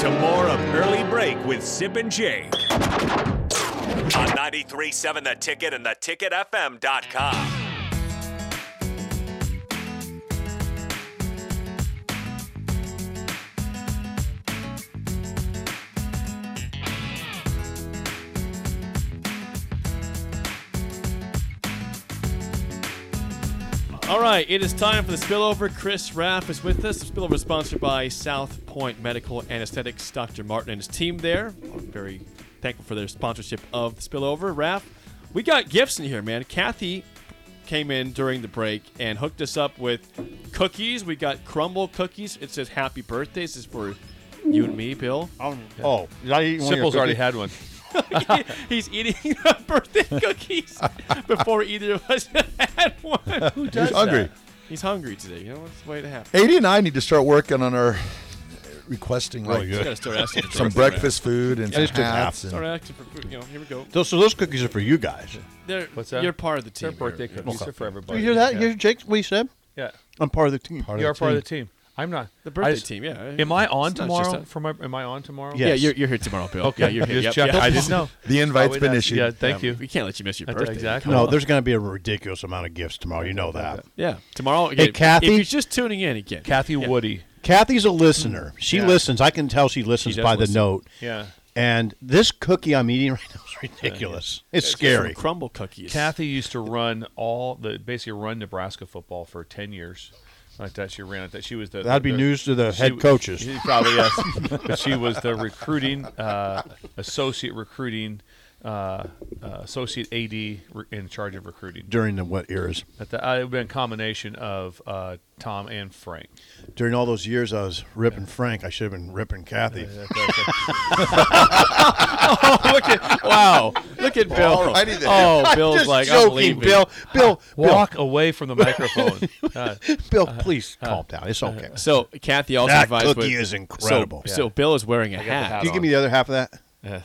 to more of Early Break with Sip and Jake. On 93.7 The Ticket and theticketfm.com. All right, it is time for the spillover. Chris Raff is with us. The spillover is sponsored by South Point Medical Anesthetics, Dr. Martin and his team there. I'm very thankful for their sponsorship of the spillover. Raff, we got gifts in here, man. Kathy came in during the break and hooked us up with cookies. We got crumble cookies. It says happy birthday. This is for you and me, Bill. Oh, did I eat one of your Simple's already cookies? had one. He's eating birthday cookies before either of us had one. Who He's hungry. He's hungry today. You know, what's the way to happen. Eighty and I need to start working on our requesting like uh, Really good. Gotta start asking for some birthday gifts. breakfast food and I some just took hats. Start And, asking for food. You know, here we go. Those, so those cookies are for you guys. They're, What's that? You're part of the team. Their birthday here. cookies are for everybody. You hear that? Yeah. You hear Jake, what he said? Yeah, I'm part of the team. Part you are of the Oh, part of the team. team. I'm not. The birthday I just- team, yeah. Am I on It's not just tomorrow? a- For my, am I on tomorrow? Yeah, Yes. you're, you're here tomorrow, Bill. Okay. Yeah, you're here. Just yep, check. yep. I didn't know. The invite's Oh, been that- issued. Yeah, thank Yeah, you. We can't let you miss your That's birthday. exactly. Come No, on. there's going to be a ridiculous amount of gifts tomorrow. You know that. Yeah, tomorrow. again, Kathy? If you're just tuning in again. Kathy Woody. Kathy's a listener. She Yeah. listens. I can tell she listens She does by listen. the note. Yeah. And this cookie I'm eating right now is ridiculous. It's, scary. Some crumble cookies. Kathy used to run all the basically run Nebraska football for ten years. Like that, she ran it. That she was the That'd be the- news to the she head w- coaches. she probably yes, but she was the recruiting uh, associate recruiting uh, uh, associate AD re- in charge of recruiting. During the what eras? At the, uh, it would been a combination of uh, Tom and Frank. During all those years, I was ripping Frank. I should have been ripping Kathy. look at wow! Look at Bill. Alrighty then. Oh, Bill's Just like I'm joking, leaving. Bill. Bill, Bill, Walk away from the microphone. Uh, Bill, please calm down. It's okay. So Kathy also That provides cookie with- is so- incredible. So, Bill is wearing a got the hat. hat Can you give me the other half of that?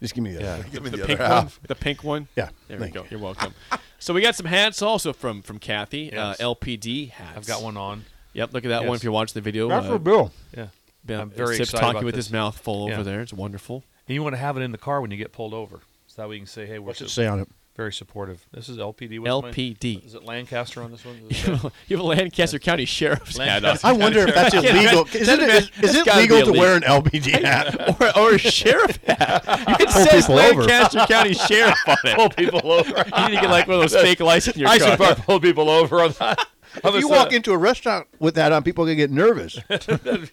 Just give me the other. half. Give me The the pink other one. half. The pink one. Yeah, There we thank go. you. You're welcome. So we got some hats also from from Kathy. Yes. Uh, LPD hats. I've got one on. Yep. Look at that Yes. one. If you watch the video, Not uh, for Bill. Yeah, Ben- I'm very Sip's excited talking about with this. his mouth full Yeah. over there. It's wonderful. And you want to have it in the car when you get pulled over, so that way you can say, "Hey, we're What's it su- say on it? very supportive." This is LPD. What's my- LPD. is it Lancaster on this one? Is it you have a Lancaster County Sheriff's hat Lancaster. I wonder if that's illegal. Is it, is, is it gotta be legal to illegal. wear an LBD hat? on. or, or a sheriff hat. It pull says people over. Lancaster County Sheriff on it. Pull people over. You need to get like one of those fake lights in your I car. should probably pull people over on that. uh, If you walk into a restaurant with that on, people are going to get nervous.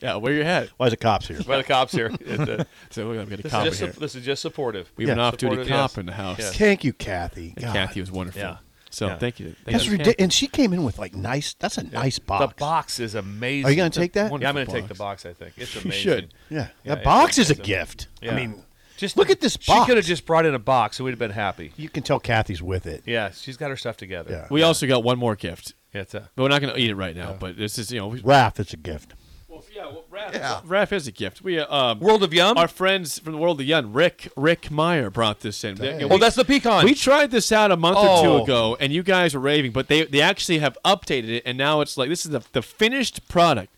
Yeah, wear your hat. Why is the cops here? by the cops here. It, uh, So look, I'm getting a this, cop in is here. just, this is just supportive. we have an yeah, off-duty supportive, cop yes. in the house. Yes. Thank you, Kathy. God. Kathy was wonderful. Yeah. So Yeah. thank you. Thank That's you, ridiculous. And she came in with like nice. That's a nice box. The box is amazing. Are you going to take that? Wonderful Yeah, I'm going to box. take the box. I think it's amazing. should. Yeah. Yeah, That box is it's- a it's a- gift. Yeah. I mean, Just Look at this She box. could have just brought in a box, and we'd have been happy. you can tell Kathy's with it. Yeah, she's got her stuff together. Yeah. We also got one more gift, yeah it's a, but we're not going to eat it right now. But this is you know, we, Raph, it's a gift. well, yeah, well, Raph, Yeah. Raph is a gift. We uh, um, World of Yum. Oh, our friends from the world of Yun, Rick Rick Meyer brought this in. They- oh, that's the pecan. We tried this out a month or Oh. two ago, and you guys were raving. But they they actually have updated it, and now it's like this is the, the finished product.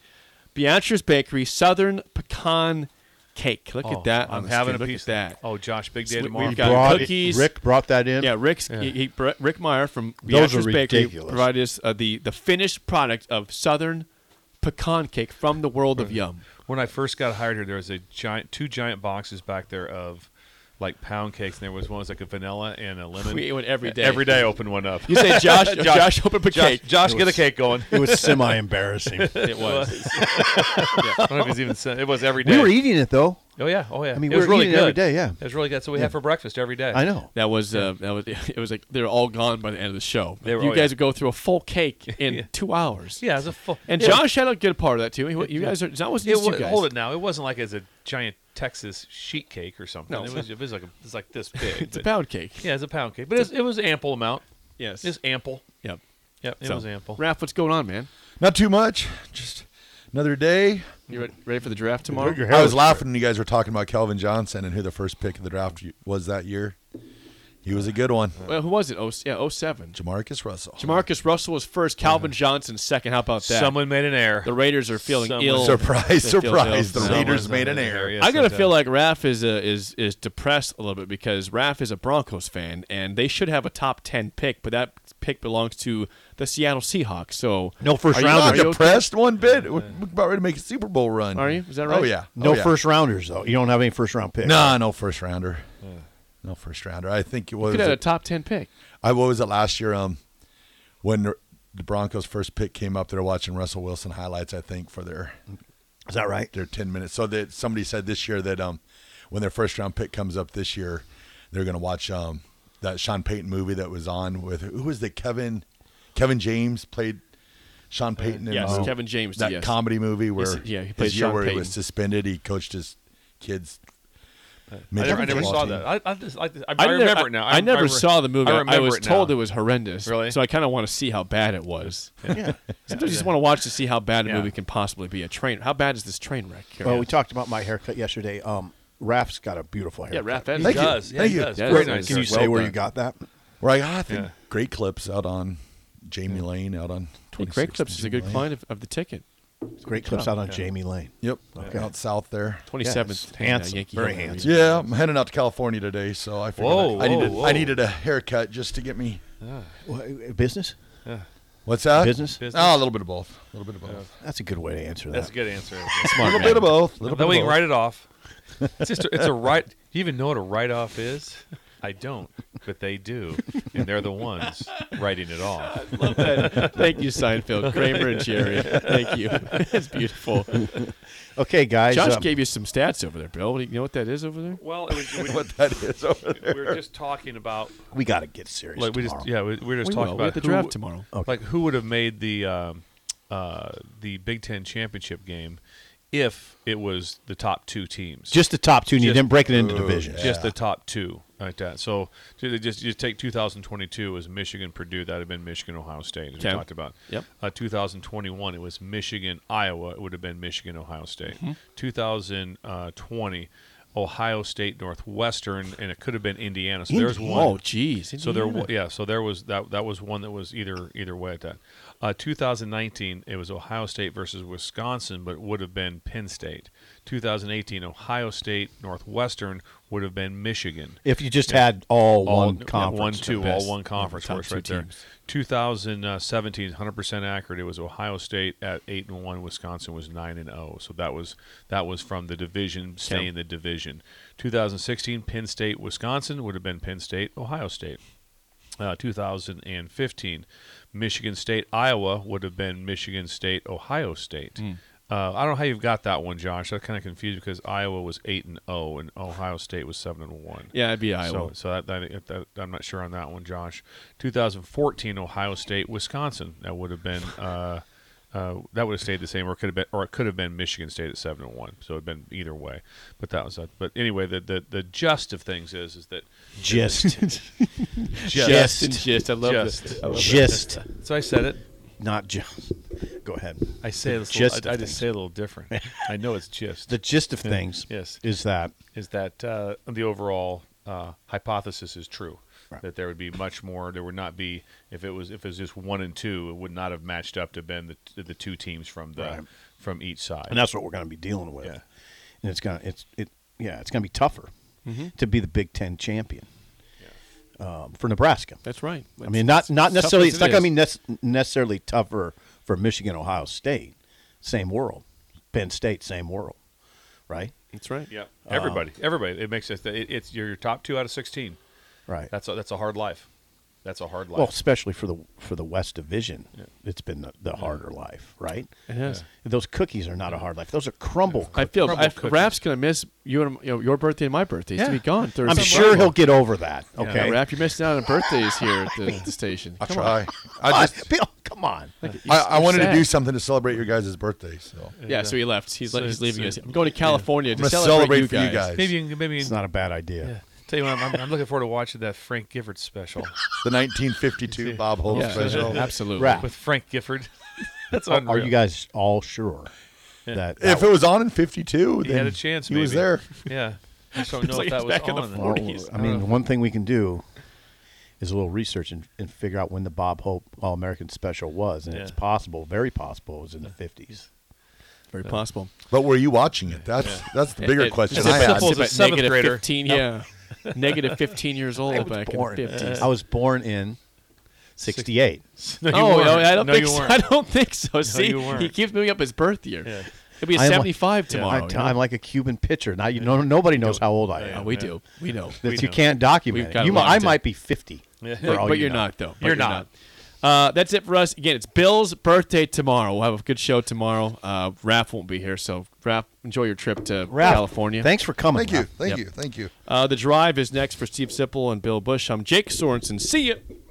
Beatrice Bakery Southern Pecan Cake. Look Oh, at that! on I'm the having screen. a Look piece at that. Oh, Josh, big So day we- tomorrow. we've He got brought- cookies. Rick brought that Oh, in. Yeah, Rick's He, he- Br- Rick Meyer from Those Beatrice are Bakery ridiculous. provided us uh, the the finished product of Southern Pecan Cake from the world of Yum. when I first got hired here, there was a giant, two giant boxes back there of like pound cakes, and there was one that was like a vanilla and a lemon. We ate one every day. e- Every day, open one up. You say Josh? Josh, Josh- open the Josh, cake. Josh, get a cake going. It was semi embarrassing. It was. I don't know if he's even sent. It was every day. we were eating it, though. oh yeah, oh yeah. I mean, it we was were really eating it every good. day, yeah. it was really good. So we had for breakfast every day. I know. That was uh, that was it was like they're all gone by the end of the show. They were- you oh, guys yeah. would go through a full cake in Yeah. two hours. Yeah, it was a full. And it Josh had a good part of that too. He- You guys are that was It just you was, guys. hold it now. It wasn't like as a giant Texas sheet cake or something. No. It was. It was like a, it's like this big. It's a but- pound cake. Yeah, it's a pound cake, but it was, it was ample amount. Yes. It's ample. Yep. Yep, it So, was ample. Raph, what's going on, man? Not too much. Just another day. You re- ready for the draft tomorrow? Your hair I was laughing when you guys were talking about Calvin Johnson and who the first pick of the draft y- was that year. He was a good one. Well, who was it? Oh, yeah, 07. Jamarcus Russell. Jamarcus Russell was first. Calvin Johnson second. How about that? Someone made an error. the Raiders are feeling Someone- ill. Surprise, They feel surprise. ill. The Someone- Raiders made an error. Yes, I gotta they feel did. like Raph is uh is is depressed a little bit because Raph is a Broncos fan and they should have a top ten pick, but that pick belongs to the Seattle Seahawks. So No first Are you Not rounders. okay? depressed one bit. We're about ready to make a Super Bowl run. Are you? Is that right? Oh yeah. No Oh, yeah. first rounders though. You don't have any first round picks. No, no first rounder. No first rounder. I think it was. could have a top ten pick. I what was it last year? Um, when the the Broncos' first pick came up, they were watching Russell Wilson highlights. I think for their Is that right? their ten minutes. So that somebody said this year that um, when their first round pick comes up this year, they're going to watch um that Sean Payton movie that was on with who was the Kevin Kevin James played Sean Payton. in Uh, yes, the- Kevin James, That yes. comedy movie where Yes, yeah, he his played year Sean where he Payton. was suspended. He coached his kids. I never, I never midget saw football that. team. I, I, just, I, I, remember never, it now. I, never re- saw the movie. I, I, remember was it told now. it was horrendous. Really? So I kind of want to see how bad it was. Yeah. Sometimes you just want to watch to see how bad a Yeah. movie can possibly be. A train. How bad is this train wreck? Here? Well, we talked about my haircut yesterday. Um, Raph's got a beautiful yeah, haircut. Raph. that is- He Thank you. does. Yeah, Thank he you. does. Yeah, Very it's- nice. Can you Well say where done. you got that? Where I got I think Yeah. great clips out on Jamie Lane out on Hey, twenty. Great Clips is a good client of, of the ticket. Great clips out on Jamie Lane. Yep, out south there. Twenty seventh, Yeah, handsome, very handsome. Yeah, I'm heading out to California today, so I figured Whoa, I, whoa, I needed whoa. I needed a haircut just to get me. Wha- uh, Business? What's that? Business? Business. Oh, a little bit of both. A little bit of both. That's a good way to answer that. That's a good answer. A little bit of both. A little That bit way you can of both. write it off. It's just a, it's a write. You even know what a write off is? I don't, but they do, and they're the ones writing it off. Thank you, Seinfeld, Kramer, and Jerry. Thank you. It's beautiful. Okay, guys. Josh um, gave you some stats over there, Bill. What do you you know what that is over there? Well, it was, we, what that is over there. we were just talking about we got to get serious. like we just tomorrow. yeah we, we were just We talking will. We about have the who- draft tomorrow. Okay. like who would have made the um, uh, the Big Ten championship game if it was the top two teams. Just the top two, and you Just- didn't break it into divisions. just the top two like that. So ju- just just take 2022 was Michigan Purdue. That would have been Michigan Ohio State as Okay. we talked about. Yep. Uh, 2021 it was Michigan Iowa. It would have been Michigan Ohio State. Mm-hmm. 2020 Ohio State Northwestern and it could have been Indiana. So there's one. Oh, jeez. So there, wa- yeah. So there was that. That was one that was either either way at that. Uh, 2019, it was Ohio State versus Wisconsin, but it would have been Penn State. 2018, Ohio State Northwestern would have been Michigan. If you just had all, one yeah, conference. one two, the best, all one conference. the top works two right there. teams. 2017, 100 percent accurate. It was Ohio State at eight and one. Wisconsin was nine and zero. So that was that was from the division, staying in the division. 2016, Penn State, Wisconsin would have been Penn State, Ohio State. Uh, 2015, Michigan State, Iowa would have been Michigan State, Ohio State. Hmm. Uh, I don't know how you've got that one, Josh. I'm kind of confused because Iowa was eight and zero, and Ohio State was seven and one. Yeah, it'd be Iowa. So, so that, that, that- I'm not sure on that one, Josh. 2014, Ohio State, Wisconsin. That would have been uh, uh, that would have stayed the same, or could have been, or it could have been Michigan State at seven and one. So it'd been either way. But that was that. But anyway, the the, the gist of things is is that Just. just, Just and just. I love Just. this. I love this. just. So I said it. Not just. Go ahead. I say it. Gist I, of I things. just say it a little different. I know it's gist. The gist of things Yes. is that is that uh, the overall uh, hypothesis is true. Right. That there would be much more. There would not be if it was if it was just one and two. It would not have matched up to been the the two teams from the Right. from each side. and that's what we're going to be dealing with. Yeah. And it's going to it's it yeah it's going to be tougher Mm-hmm. to be the Big Ten champion um, for Nebraska. That's right. I mean, not not necessarily. as It's it not going is. to be nec- necessarily tougher for Michigan, Ohio State, same world. Penn State, same world, right? That's right. yeah, everybody, Uh, Uh, everybody. It makes it, it. It's your top two out of sixteen. Right. That's a, that's a hard life. That's a hard life. well, especially for the for the West Division, it's been the, the harder life, right? It has. Those cookies are not a hard life; those are crumble. I feel Crumble I, cookies. Raph's gonna miss you and you know, your birthday and my birthday. He's gonna Yeah. be gone Thursday. I'm sure he'll get over that. Okay, Raph, you're missing out on birthdays here at the, the station. I Come try. On. I just Bill, come on. I, I You're wanted sad. to do something to celebrate your guys' birthday, so Yeah, so he left. He's, le- So he's leaving it's- us. I'm going to California I'm to gonna celebrate, you, for guys. you guys. maybe you can, maybe you It's can, not a bad idea. yeah. tell you what, I'm, I'm looking forward to watching that Frank Gifford special the 1952 Bob Hope Yeah, special. absolutely. Rap. with Frank Gifford. that's Are- unreal. Are you guys all sure that, that If it was on in '52, He then had a chance. He maybe. was there. Yeah. I just don't know like if that it's was back in the on or not. Well, 40s? I mean, the one thing we can do is a little research and, and figure out when the Bob Hope All American Special was, and it's Yeah. possible, very possible, it was in the fifties. Very possible. But were you watching it? That's that's the bigger It- question it's I about- had. simple it's as a about seventh negative grader. 15, yeah. negative 15 years old back born. in the 50s. I was born in sixty eight. No, you oh, weren't. no, I don't No, think you so. weren't. I don't think so. See, you weren't. he keeps moving up his birth year. Yeah. It'll be I am like- 75 tomorrow. I'm, you know? I'm like a Cuban pitcher. Now you know nobody knows how old I Oh, Yeah, am. we do. We know. That we you know. can't We've document got it. You, it mi- I locked in. might be fifty. for all but you you're know. not though. But You're not. Uh, that's it for us. Again, it's Bill's birthday tomorrow. We'll have a good show tomorrow. Uh, Raph won't be here, so Raph, enjoy your trip to Ralph, California. Thanks for coming. Thank you, Ralph. thank you, thank you. Uh, the drive is next for Steve Sipple and Bill Bush. I'm Jake Sorensen. See you.